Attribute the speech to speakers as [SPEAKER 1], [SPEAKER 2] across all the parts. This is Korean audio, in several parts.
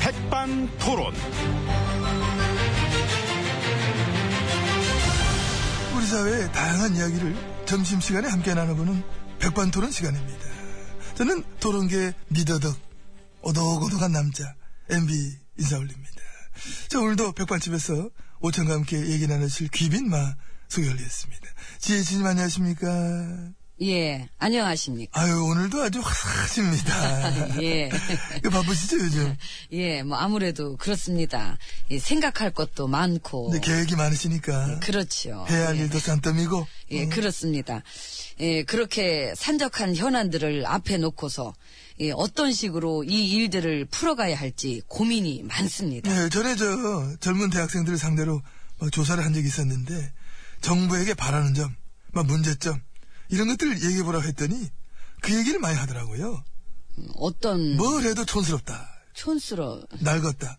[SPEAKER 1] 치는 토론.
[SPEAKER 2] 우리 사회의 다양한 이야기를 점심시간에 함께 나눠보는 백반토론 시간입니다. 저는 토론계 미더덕, 오독오독한 남자, MB 인사 올립니다. 자, 오늘도 백반집에서 오천과 함께 얘기 나누실 귀빈마 소개 올리겠습니다. 지혜진님 안녕하십니까?
[SPEAKER 3] 예, 안녕하십니까.
[SPEAKER 2] 아유, 오늘도 아주 화사하십니다.
[SPEAKER 3] 예.
[SPEAKER 2] 이거 바쁘시죠, 요즘?
[SPEAKER 3] 예, 뭐 아무래도 그렇습니다. 이 생각할 것도 많고.
[SPEAKER 2] 근데 계획이 많으시니까.
[SPEAKER 3] 그렇죠.
[SPEAKER 2] 네, 해야 할
[SPEAKER 3] 예.
[SPEAKER 2] 일도 산더미고.
[SPEAKER 3] 예,
[SPEAKER 2] 음.
[SPEAKER 3] 그렇습니다. 예, 그렇게 산적한 현안들을 앞에 놓고서 예, 어떤 식으로 이 일들을 풀어가야 할지 고민이 많습니다.
[SPEAKER 2] 예, 전에 저 젊은 대학생들을 상대로 뭐 조사를 한 적이 있었는데 정부에게 바라는 점, 막 문제점 이런 것들을 얘기해 보라고 했더니 그 얘기를 많이 하더라고요.
[SPEAKER 3] 음, 어떤
[SPEAKER 2] 뭘 해도 촌스럽다,
[SPEAKER 3] 촌스러
[SPEAKER 2] 낡았다,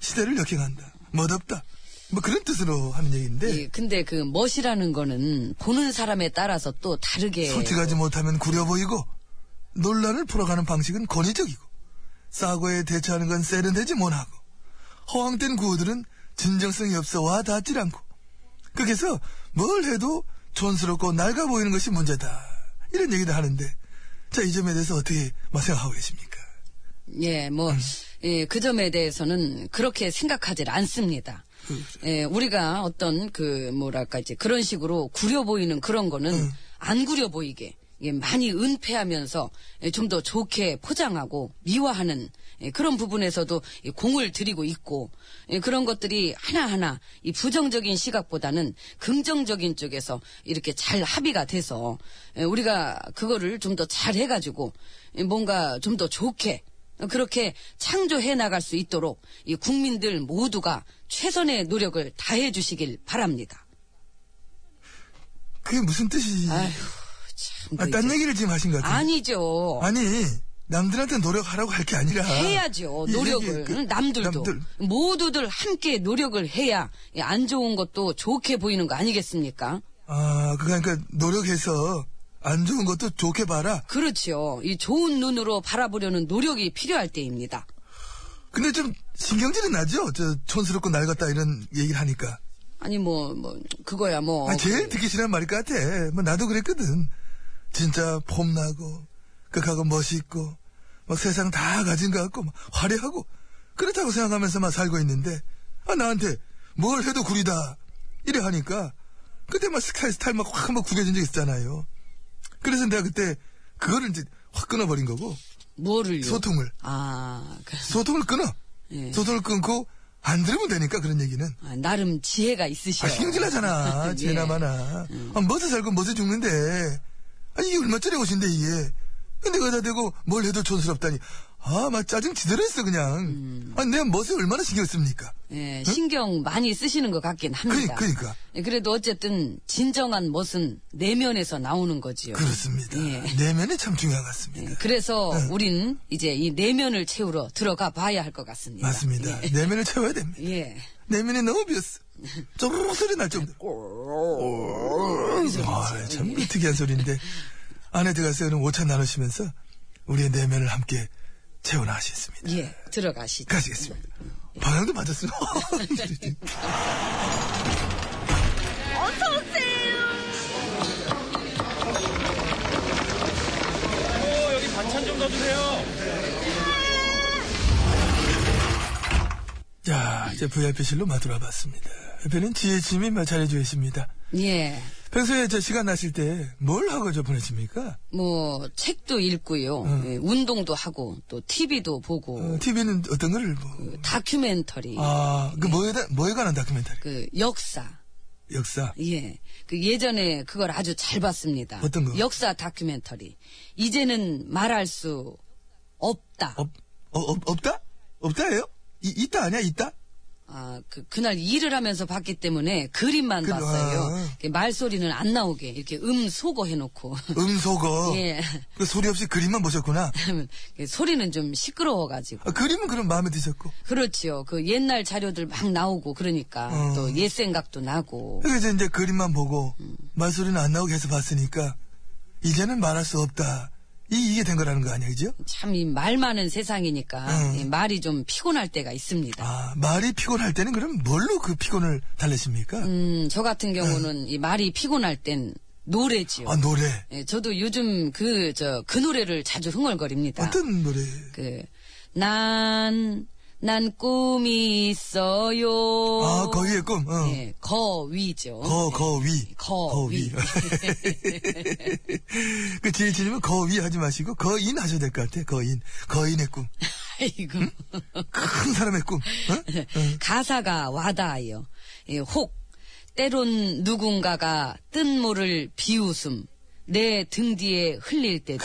[SPEAKER 2] 시대를 역행한다, 멋없다, 뭐 그런 뜻으로 하는 얘기인데
[SPEAKER 3] 예, 근데 그 멋이라는 거는 보는 사람에 따라서 또 다르게
[SPEAKER 2] 솔직하지 못하면 구려 보이고 논란을 풀어가는 방식은 권위적이고 사고에 대처하는 건 세련되지 못하고 허황된 구호들은 진정성이 없어 와 닿질 않고 그래서 뭘 해도 촌스럽고 낡아 보이는 것이 문제다 이런 얘기도 하는데 자 이 점에 대해서 어떻게 뭐 생각하고 계십니까?
[SPEAKER 3] 예, 뭐, 예, 그 점에 대해서는 그렇게 생각하질 않습니다. 예, 우리가 어떤 그, 뭐랄까, 이제 그런 식으로 구려 보이는 그런 거는 안 구려 보이게, 예, 많이 은폐하면서 예, 좀 더 좋게 포장하고 미화하는 예, 그런 부분에서도 이 공을 들이고 있고, 예, 그런 것들이 하나하나 이 부정적인 시각보다는 긍정적인 쪽에서 이렇게 잘 합의가 돼서, 예, 우리가 그거를 좀 더 잘 해가지고, 예, 뭔가 좀 더 좋게, 그렇게 창조해 나갈 수 있도록 이 국민들 모두가 최선의 노력을 다해 주시길 바랍니다.
[SPEAKER 2] 그게 무슨 뜻이?
[SPEAKER 3] 아휴,
[SPEAKER 2] 아,
[SPEAKER 3] 참. 그
[SPEAKER 2] 딴
[SPEAKER 3] 이제-
[SPEAKER 2] 얘기를 지금 하신 것 같아요.
[SPEAKER 3] 아니죠.
[SPEAKER 2] 아니 남들한테 노력하라고 할 게 아니라
[SPEAKER 3] 해야죠.
[SPEAKER 2] 이
[SPEAKER 3] 노력을.
[SPEAKER 2] 얘기, 그,
[SPEAKER 3] 응, 남들도.
[SPEAKER 2] 남들.
[SPEAKER 3] 모두들 함께 노력을 해야 이안 좋은 것도 좋게 보이는 거 아니겠습니까?
[SPEAKER 2] 아 그러니까 노력해서 안 좋은 것도 좋게 봐라.
[SPEAKER 3] 그렇죠. 이 좋은 눈으로 바라보려는 노력이 필요할 때입니다.
[SPEAKER 2] 근데 좀 신경질이 나죠? 저 촌스럽고 낡았다 이런 얘기를 하니까.
[SPEAKER 3] 아니, 뭐, 뭐, 그거야, 뭐.
[SPEAKER 2] 아, 제일
[SPEAKER 3] 그-
[SPEAKER 2] 듣기 싫은 말일 것 같아. 뭐 나도 그랬거든. 진짜 폼나고 극하고 멋있고 막 세상 다 가진 것 같고 막 화려하고 그렇다고 생각하면서 막 살고 있는데 아 나한테 뭘 해도 구리다 이래 하니까 그때 막 스타일 스타일 막 확 한번 구겨진 적 있잖아요. 그래서 내가 그때 그거를 이제 확 끊어버린 거고
[SPEAKER 3] 뭐를요?
[SPEAKER 2] 소통을
[SPEAKER 3] 아, 그-
[SPEAKER 2] 소통을 끊어
[SPEAKER 3] 예.
[SPEAKER 2] 소통을 끊고 안 들으면 되니까 그런 얘기는
[SPEAKER 3] 아, 나름 지혜가 있으셔.
[SPEAKER 2] 아, 힘들하잖아.
[SPEAKER 3] 그렇죠. 예.
[SPEAKER 2] 지나마나. 아, 멋에 살고 멋에 죽는데. 아니, 이게 얼마짜리 옷인데, 이게. 근데 거기다 대고 뭘 해도 촌스럽다니. 아, 막 짜증 지대로 했어, 그냥. 아니, 내가 멋에 얼마나 신경 씁니까?
[SPEAKER 3] 음. 예, 신경 많이 쓰시는 것 같긴 합니다.
[SPEAKER 2] 그니- 그러니까. 그니까.
[SPEAKER 3] 예, 그래도 어쨌든 진정한 멋은 내면에서 나오는 거지요.
[SPEAKER 2] 그렇습니다. 네.
[SPEAKER 3] 예.
[SPEAKER 2] 내면이 참 중요한 것 같습니다.
[SPEAKER 3] 예, 그래서 우린 이제 이 내면을 채우러 들어가 봐야 할 것 같습니다.
[SPEAKER 2] 맞습니다. 내면을 채워야 됩니다.
[SPEAKER 3] 예.
[SPEAKER 2] 내면이 너무 비었어. 쪼르륵 소리 날 정도로. 아, 참 특이한 소리인데. 안에 들어가서는 오찬 나누시면서 우리의 내면을 함께 채워나가시겠습니다.
[SPEAKER 3] 예, 들어가시죠.
[SPEAKER 2] 가시겠습니다. 방향도 맞았어요.
[SPEAKER 1] 어, 여기 반찬 좀 넣어주세요.
[SPEAKER 2] 자, 이제 VIP실로 마돌아 봤습니다. 옆에는 지혜님이 잘해주고 계십니다.
[SPEAKER 3] 예.
[SPEAKER 2] 평소에 저 시간 나실 때 뭘 하고 저 보내십니까?
[SPEAKER 3] 뭐, 책도 읽고요. 예, 운동도 하고, 또 TV도 보고,
[SPEAKER 2] TV는 어떤 거를 뭐.
[SPEAKER 3] 다큐멘터리,
[SPEAKER 2] 아, 그 뭐에, 다- 뭐에 관한 다큐멘터리?
[SPEAKER 3] 그 역사,
[SPEAKER 2] 역사.
[SPEAKER 3] 예. 그 예전에 그걸 아주 잘 봤습니다.
[SPEAKER 2] 어떤 거?
[SPEAKER 3] 역사 다큐멘터리. 이제는 말할 수 없다.
[SPEAKER 2] 없, 어, 없, 없다? 없다예요? 이, 있다 아니야? 있다?
[SPEAKER 3] 아, 그, 그날 일을 하면서 봤기 때문에 그림만
[SPEAKER 2] 그-
[SPEAKER 3] 봤어요.
[SPEAKER 2] 아.
[SPEAKER 3] 이렇게 말소리는 안 나오게 이렇게 음 소거 해놓고.
[SPEAKER 2] 음소거.
[SPEAKER 3] 예.
[SPEAKER 2] 그 소리 없이 그림만 보셨구나.
[SPEAKER 3] 그러면 이게 소리는 좀
[SPEAKER 2] 아,
[SPEAKER 3] 시끄러워가지고.
[SPEAKER 2] 그림은 그럼 마음에 드셨고.
[SPEAKER 3] 그렇지요. 그 옛날 자료들 막 나오고 그러니까
[SPEAKER 2] 어.
[SPEAKER 3] 또 옛 생각도 나고.
[SPEAKER 2] 그래서 이제 그림만 보고 말소리는 안 나오게 해서 봤으니까 이제는 말할 수 없다 이, 이게 된 거라는 거 아니야, 그죠?
[SPEAKER 3] 참 이 말 많은 세상이니까
[SPEAKER 2] 음.
[SPEAKER 3] 예, 말이 좀 피곤할 때가 있습니다.
[SPEAKER 2] 아, 말이 피곤할 때는 그럼 뭘로 그 피곤을 달래십니까?
[SPEAKER 3] 음, 저 같은 경우는 이 말이 피곤할 땐 노래지요.
[SPEAKER 2] 네. 아, 노래.
[SPEAKER 3] 예, 저도 요즘 그, 저, 그 노래를 자주 흥얼거립니다.
[SPEAKER 2] 어떤 노래?
[SPEAKER 3] 그, 난, 난 꿈이 있어요.
[SPEAKER 2] 아, 거위의 꿈. 어.
[SPEAKER 3] 예, 거위죠.
[SPEAKER 2] 거, 거, 위.
[SPEAKER 3] 거, 위.
[SPEAKER 2] 그 지혜진님은 거위 하지 마시고, 거인 하셔야 될 것 같아, 거인. 거인의 꿈.
[SPEAKER 3] 아이고.
[SPEAKER 2] 큰 사람의 꿈.
[SPEAKER 3] 네.
[SPEAKER 2] 어?
[SPEAKER 3] 가사가 와닿아요. 예, 혹, 때론 누군가가 뜬 모를 비웃음, 내 등 뒤에 흘릴 때도,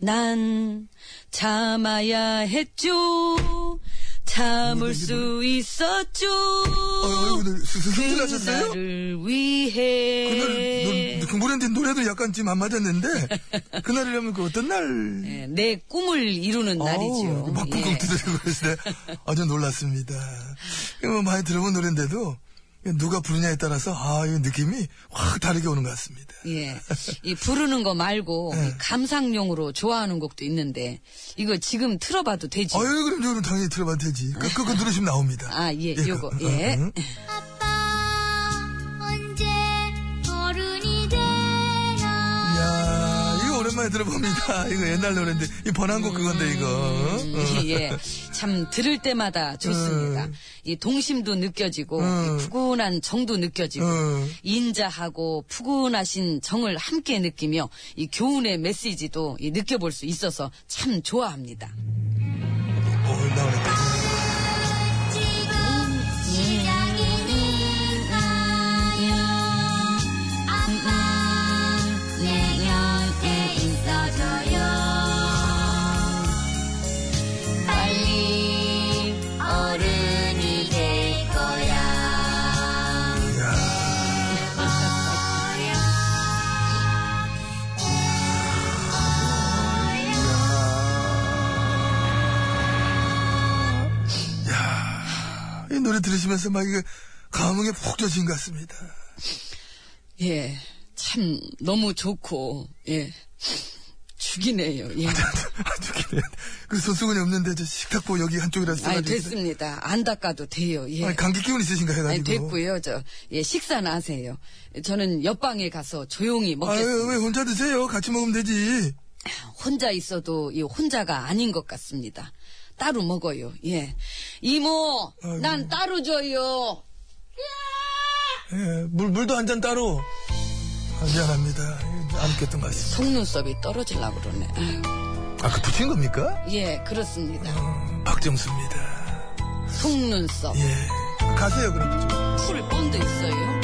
[SPEAKER 3] 난 참아야 했죠. 참을 수 있었죠.
[SPEAKER 2] 어이구, 네, 스- 스-
[SPEAKER 3] 그
[SPEAKER 2] 승진하셨어요?
[SPEAKER 3] 나를
[SPEAKER 2] 그날,
[SPEAKER 3] 위해
[SPEAKER 2] 노- 그 노래인데, 노래도 약간 지금 안 맞았는데, 그날이라면 그 어떤 날,
[SPEAKER 3] 예, 내 꿈을 이루는
[SPEAKER 2] 아우,
[SPEAKER 3] 날이죠.
[SPEAKER 2] 어, 그 막 꾹꾹
[SPEAKER 3] 예.
[SPEAKER 2] 두드리고 그러시네. 아주 놀랐습니다. 이거 뭐 많이 들어본 노래인데도 누가 부르냐에 따라서 아, 이 느낌이 확 다르게 오는 것 같습니다.
[SPEAKER 3] 예. 이 부르는 거 말고
[SPEAKER 2] 예.
[SPEAKER 3] 이 감상용으로 좋아하는 곡도 있는데 이거 지금 틀어봐도 되지?
[SPEAKER 2] 아유, 그럼 저는 당연히 들어봐도 되지. 그, 그, 그 누르시면 나옵니다.
[SPEAKER 3] 아, 예, 요거,
[SPEAKER 2] 그,
[SPEAKER 3] 예.
[SPEAKER 2] 응, 응.
[SPEAKER 4] 아빠 언제 어른이 되나
[SPEAKER 2] 이야, 이거 오랜만에 들어봅니다. 이거 옛날 노래인데, 이 번안곡 그건데, 이거. 어?
[SPEAKER 3] 음, 예. 참 들을 때마다 좋습니다.
[SPEAKER 2] 음.
[SPEAKER 3] 이 동심도 느껴지고
[SPEAKER 2] 음.
[SPEAKER 3] 이 푸근한 정도 느껴지고
[SPEAKER 2] 음.
[SPEAKER 3] 인자하고 푸근하신 정을 함께 느끼며 이 교훈의 메시지도 이 느껴볼 수 있어서 참 좋아합니다.
[SPEAKER 2] 오, 나오네.
[SPEAKER 4] 지금 시작이니까요 아빠 내 곁에 있어줘요 빨리 어른이 될 거야
[SPEAKER 2] 이야. 이야. 이 노래 들으시면서 막 이게 감흥에 푹 젖은 것 같습니다.
[SPEAKER 3] 예. 참 너무 좋고 예. 죽이네요. 예.
[SPEAKER 2] 아주 기대요. 그 손수건이 없는데 저 식탁보 여기 한쪽이라도
[SPEAKER 3] 아,
[SPEAKER 2] 써가지고.
[SPEAKER 3] 됐습니다. 안 닦아도 돼요. 예.
[SPEAKER 2] 네. 아니, 감기 기운 있으신가 해가지고.
[SPEAKER 3] 아니, 됐고요. 저 예, 식사는 하세요. 저는 옆방에 가서 조용히 먹겠습니다.
[SPEAKER 2] 아유, 왜 혼자 드세요? 같이 먹으면 되지.
[SPEAKER 3] 혼자 있어도 이 혼자가 아닌 것 같습니다. 따로 먹어요. 예. 이모,
[SPEAKER 2] 아이고.
[SPEAKER 3] 난 따로 줘요.
[SPEAKER 2] 예, 물, 물도 한 잔 따로. 아, 미안합니다. 예, 안 웃겼던 것 같습니다.
[SPEAKER 3] 속눈썹이 떨어질라 그러네. 아유,
[SPEAKER 2] 아, 그 붙인 겁니까?
[SPEAKER 3] 예, 그렇습니다.
[SPEAKER 2] 어, 박정수입니다.
[SPEAKER 3] 속눈썹.
[SPEAKER 2] 예. 가세요, 그럼. 좀.
[SPEAKER 3] 풀 뻔도 있어요.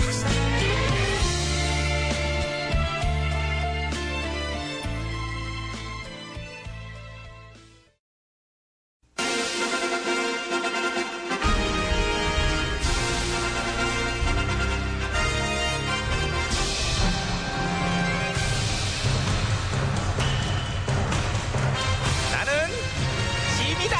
[SPEAKER 1] 나는 짐이다.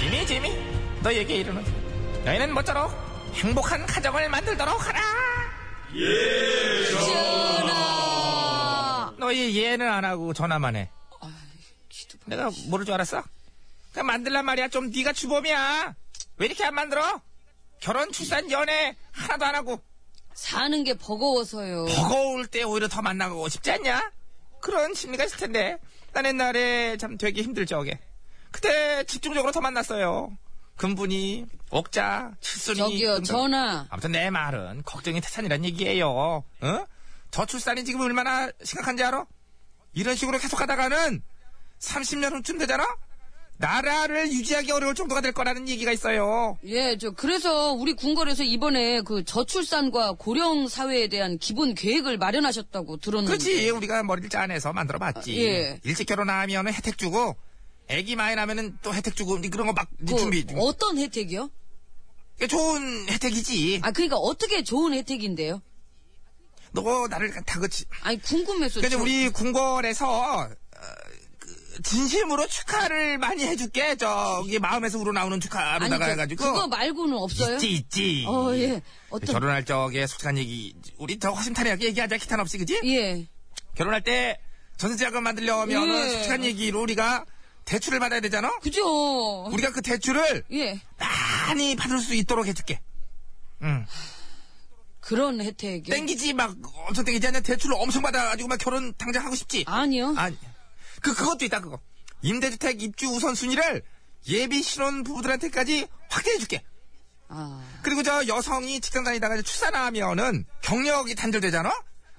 [SPEAKER 1] 짐이 짐이 너에게 이르는 너희는 모쪼록 행복한 가정을 만들도록 하라.
[SPEAKER 3] 전화!
[SPEAKER 1] 너희 예는 안 하고 전화만 해.
[SPEAKER 3] 기도 받-
[SPEAKER 1] 내가 모를 줄 알았어? 그냥 만들란 말이야. 좀 네가 주범이야. 왜 이렇게 안 만들어? 결혼, 출산, 연애 하나도 안 하고
[SPEAKER 3] 사는 게 버거워서요.
[SPEAKER 1] 버거울 때 오히려 더 만나고 싶지 않냐? 그런 심리가 있을 텐데 난 옛날에 참 되게 힘들 적에 그때 집중적으로 더 만났어요. 금분이, 옥자, 칠순이
[SPEAKER 3] 저기요,
[SPEAKER 1] 등등.
[SPEAKER 3] 전화.
[SPEAKER 1] 아무튼 내 말은 걱정이 태산이란 얘기예요. 어? 저출산이 지금 얼마나 심각한지 알아? 이런 식으로 계속 하다가는 30년 후쯤 되잖아? 나라를 유지하기 어려울 정도가 될 거라는 얘기가 있어요.
[SPEAKER 3] 예, 저, 그래서 우리 궁궐에서 이번에 그 저출산과 고령 사회에 대한 기본 계획을 마련하셨다고 들었는데.
[SPEAKER 1] 그렇지. 우리가 머리를 짜내서 만들어봤지.
[SPEAKER 3] 아, 음. 예.
[SPEAKER 1] 일찍 결혼하면 혜택 주고, 애기 많이 나면은 또 혜택 주고, 그런 거 막
[SPEAKER 3] 그
[SPEAKER 1] 준비.
[SPEAKER 3] 어떤 혜택이요?
[SPEAKER 1] 이게 좋은 혜택이지.
[SPEAKER 3] 아, 그러니까 어떻게 좋은 혜택인데요?
[SPEAKER 1] 너 나를 다그치.
[SPEAKER 3] 아니 궁금해서
[SPEAKER 1] 그래서
[SPEAKER 3] 저-
[SPEAKER 1] 우리 궁궐에서 어, 그 진심으로 축하를 많이 해줄게. 저기 마음에서 우러나오는 축하로다가
[SPEAKER 3] 저,
[SPEAKER 1] 해가지고.
[SPEAKER 3] 그거 말고는 없어요?
[SPEAKER 1] 있지 네, 있지.
[SPEAKER 3] 어, 예. 어떤,
[SPEAKER 1] 결혼할 적에 솔직한 얘기 우리 저 허심탄회하게 얘기하자 기탄 없이 그지?
[SPEAKER 3] 예.
[SPEAKER 1] 결혼할 때 전세자금 만들려면
[SPEAKER 3] 예.
[SPEAKER 1] 솔직한 얘기로 우리가 대출을 받아야 되잖아.
[SPEAKER 3] 그죠?
[SPEAKER 1] 우리가 그 대출을
[SPEAKER 3] 예.
[SPEAKER 1] 많이 받을 수 있도록 해줄게. 응.
[SPEAKER 3] 그런 혜택이.
[SPEAKER 1] 땡기지 막 엄청 땡기지 않냐? 대출을 엄청 받아가지고 막 결혼 당장 하고 싶지?
[SPEAKER 3] 아니요.
[SPEAKER 1] 아니 그 그것도 있다 그거 임대주택 입주 우선순위를 예비 신혼 부부들한테까지 확대해줄게
[SPEAKER 3] 아.
[SPEAKER 1] 그리고 저 여성이 직장 다니다가 이제 출산하면은 경력이 단절되잖아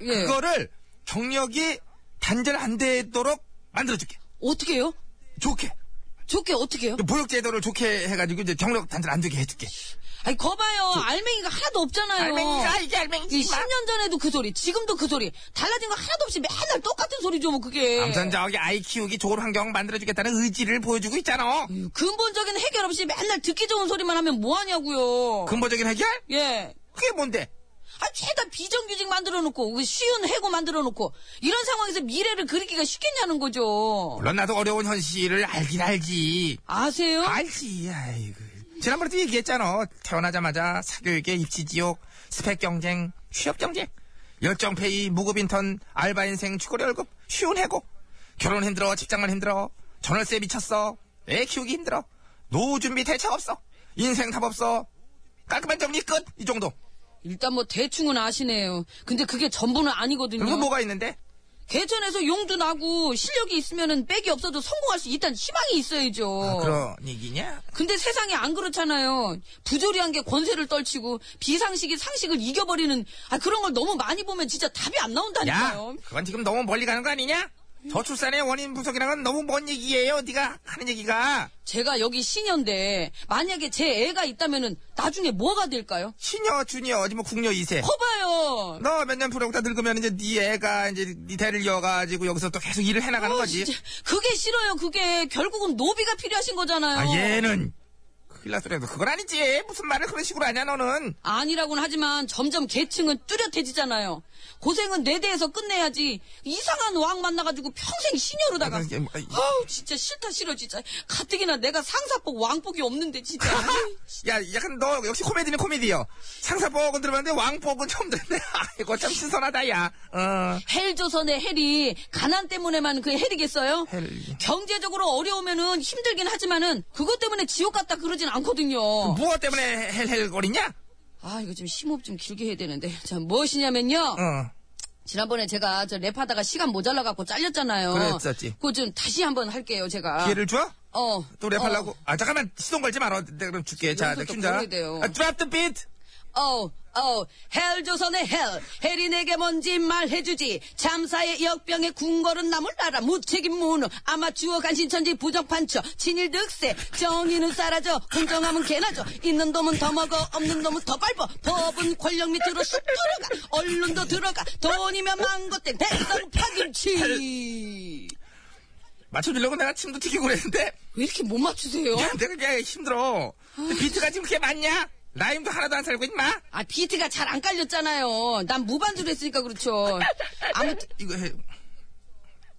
[SPEAKER 3] 예.
[SPEAKER 1] 그거를 경력이 단절 안 되도록 만들어줄게
[SPEAKER 3] 어떻게 해요?
[SPEAKER 1] 좋게
[SPEAKER 3] 좋게 어떻게 해요?
[SPEAKER 1] 보육제도를 좋게 해가지고 이제 경력 단절 안 되게 해줄게
[SPEAKER 3] 아니, 거봐요. 알맹이가 하나도 없잖아요.
[SPEAKER 1] 알맹이가 이게
[SPEAKER 3] 어. 이
[SPEAKER 1] 알맹이지
[SPEAKER 3] 10년 전에도 그 소리, 지금도 그 소리. 달라진 거 하나도 없이 맨날 똑같은 소리죠, 뭐, 그게.
[SPEAKER 1] 암튼 저기 아이 키우기 좋은 환경 만들어주겠다는 의지를 보여주고 있잖아
[SPEAKER 3] 근본적인 해결 없이 맨날 듣기 좋은 소리만 하면 뭐하냐고요.
[SPEAKER 1] 근본적인 해결?
[SPEAKER 3] 예.
[SPEAKER 1] 그게 뭔데?
[SPEAKER 3] 아, 죄다 비정규직 만들어 놓고, 그 쉬운 해고 만들어 놓고, 이런 상황에서 미래를 그리기가 쉽겠냐는 거죠.
[SPEAKER 1] 물론 나도 어려운 현실을 알긴 알지
[SPEAKER 3] 아세요?
[SPEAKER 1] 알지, 아이고. 지난번에도 얘기했잖아. 태어나자마자 사교육에 입시지옥, 스펙 경쟁, 취업 경쟁, 열정페이, 무급 인턴, 알바 인생, 최고의 월급, 쉬운 해고. 결혼 힘들어, 직장만 힘들어, 전월세 미쳤어, 애 키우기 힘들어, 노후 준비 대책 없어, 인생 답 없어, 깔끔한 정리 끝! 이 정도.
[SPEAKER 3] 일단 뭐 대충은 아시네요. 근데 그게 전부는 아니거든요.
[SPEAKER 1] 그리고 뭐가 있는데?
[SPEAKER 3] 개천에서 용도 나고 실력이 있으면은 빽이 없어도 성공할 수 있다는 희망이 있어야죠.
[SPEAKER 1] 아, 그런 얘기냐?
[SPEAKER 3] 근데 세상에 안 그렇잖아요. 부조리한 게 권세를 떨치고 비상식이 상식을 이겨버리는 아 그런 걸 너무 많이 보면 진짜 답이 안
[SPEAKER 1] 야,
[SPEAKER 3] 나온다니까요.
[SPEAKER 1] 그건 지금 너무 멀리 가는 거 아니냐? 저출산의 원인 분석이랑은 너무 먼 얘기예요. 네가 하는 얘기가
[SPEAKER 3] 제가 여기 시녀인데 만약에 제 애가 있다면은 나중에 뭐가 될까요?
[SPEAKER 1] 시녀, 주니어, 어디 뭐 국녀 2세.
[SPEAKER 3] 커봐요.
[SPEAKER 1] 너 몇 년 부르고 다 늙으면 이제 네 애가 이제 네 대를 이어가지고 여기서 또 계속 일을 해나가는 거지.
[SPEAKER 3] 어, 진짜 그게 싫어요. 그게 결국은 노비가 필요하신 거잖아요.
[SPEAKER 1] 아 얘는 큰일 났으래도 그건 아니지. 무슨 말을 그런 식으로 하냐 너는.
[SPEAKER 3] 아니라고는 하지만 점점 계층은 뚜렷해지잖아요. 고생은 내 대에서 끝내야지. 이상한 왕 만나가지고 평생 시녀로다가.
[SPEAKER 1] 아, 이게 뭐, 아이.
[SPEAKER 3] 아우 진짜 싫다 싫어 진짜. 가뜩이나 내가 상사복 왕복이 없는데 진짜.
[SPEAKER 1] 야 약간 너 역시 코미디는 코미디요. 상사복은 들어봤는데 왕복은 처음 듣네. 아이고 참 신선하다 야. 어.
[SPEAKER 3] 헬조선의 헬이 가난 때문에만 그 헬이겠어요?
[SPEAKER 1] 헬.
[SPEAKER 3] 경제적으로 어려우면은 힘들긴 하지만은 그것 때문에 지옥 같다 그러진 않거든요.
[SPEAKER 1] 무엇 때문에 헬헬거리냐?
[SPEAKER 3] 아 이거 좀 심호흡 좀 길게 해야 되는데. 자 무엇이냐면요.
[SPEAKER 1] 어.
[SPEAKER 3] 지난번에 제가 저 랩하다가 시간 모자라 갖고 잘렸잖아요.
[SPEAKER 1] 그랬었지.
[SPEAKER 3] 그거 좀 다시 한번 할게요 제가.
[SPEAKER 1] 기회를 줘?
[SPEAKER 3] 아. 어.
[SPEAKER 1] 또 랩하려고? 아 잠깐만 시동 걸지 말어. 내가 그럼 줄게. 자,
[SPEAKER 3] 연습도
[SPEAKER 1] 내가 춘다.
[SPEAKER 3] 걸어야 돼요.
[SPEAKER 1] 아, 드랍 더 비트.
[SPEAKER 3] 어, 어, 헬조선의 헬. 헬이 내게 뭔지 말해주지. 참사의 역병에 궁궐은 나물 나라. 무책임 무능. 아마추어 간신천지 부정판처. 친일 득세. 정의는 사라져. 공정함은 개나죠. 있는 놈은 더 먹어. 없는 놈은 더 밟어. 법은 권력 밑으로 쑥 들어가. 언론도 들어가. 돈이면 망고땡. 대성 파김치.
[SPEAKER 1] 맞춰주려고 내가 침도 튀기고 그랬는데
[SPEAKER 3] 왜 이렇게 못 맞추세요?
[SPEAKER 1] 야, 내가 그냥 힘들어. 근데 비트가 지금 그게 맞냐? 라임도 하나도 안 살고 임마.
[SPEAKER 3] 아, 비트가 잘 안 깔렸잖아요. 난 무반주로 했으니까 그렇죠. 아무튼, 어?
[SPEAKER 1] 이거 해.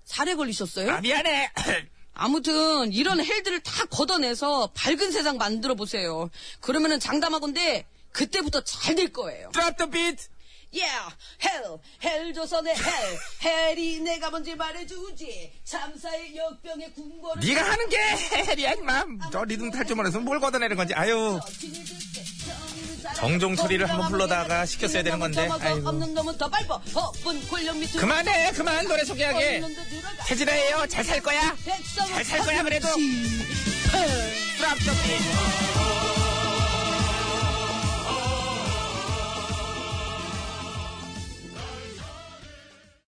[SPEAKER 3] 살에 걸리셨어요?
[SPEAKER 1] 아 미안해.
[SPEAKER 3] 아무튼 이런 헬들을 다 걷어내서 밝은 세상 만들어 보세요. 그러면은 장담하건데 그때부터 잘 될 거예요.
[SPEAKER 1] 드랍 더 비트.
[SPEAKER 3] Yeah, hell, 헬 조선의 헬, 헬이 내가 뭔지 말해주지. 참사의 역병의 궁궐을
[SPEAKER 1] 네가 하는 게 해리야 임마. 저 리듬 탈춤을 해서 뭘 걷어내는 건지. 아유. 정종 소리를 한번 불러다가 시켰어야 되는 건데. 아이고.
[SPEAKER 3] 없는 놈은 더 밟아. 법은 권력 밑으로.
[SPEAKER 1] 그만해 그만 노래 소개하게.
[SPEAKER 3] 없는 놈도 들어가.
[SPEAKER 1] 세진아예요. 잘 살 거야.
[SPEAKER 3] 백성은
[SPEAKER 1] 잘 살 거야 그래도.
[SPEAKER 3] 헬.
[SPEAKER 1] 드랍 더 비트.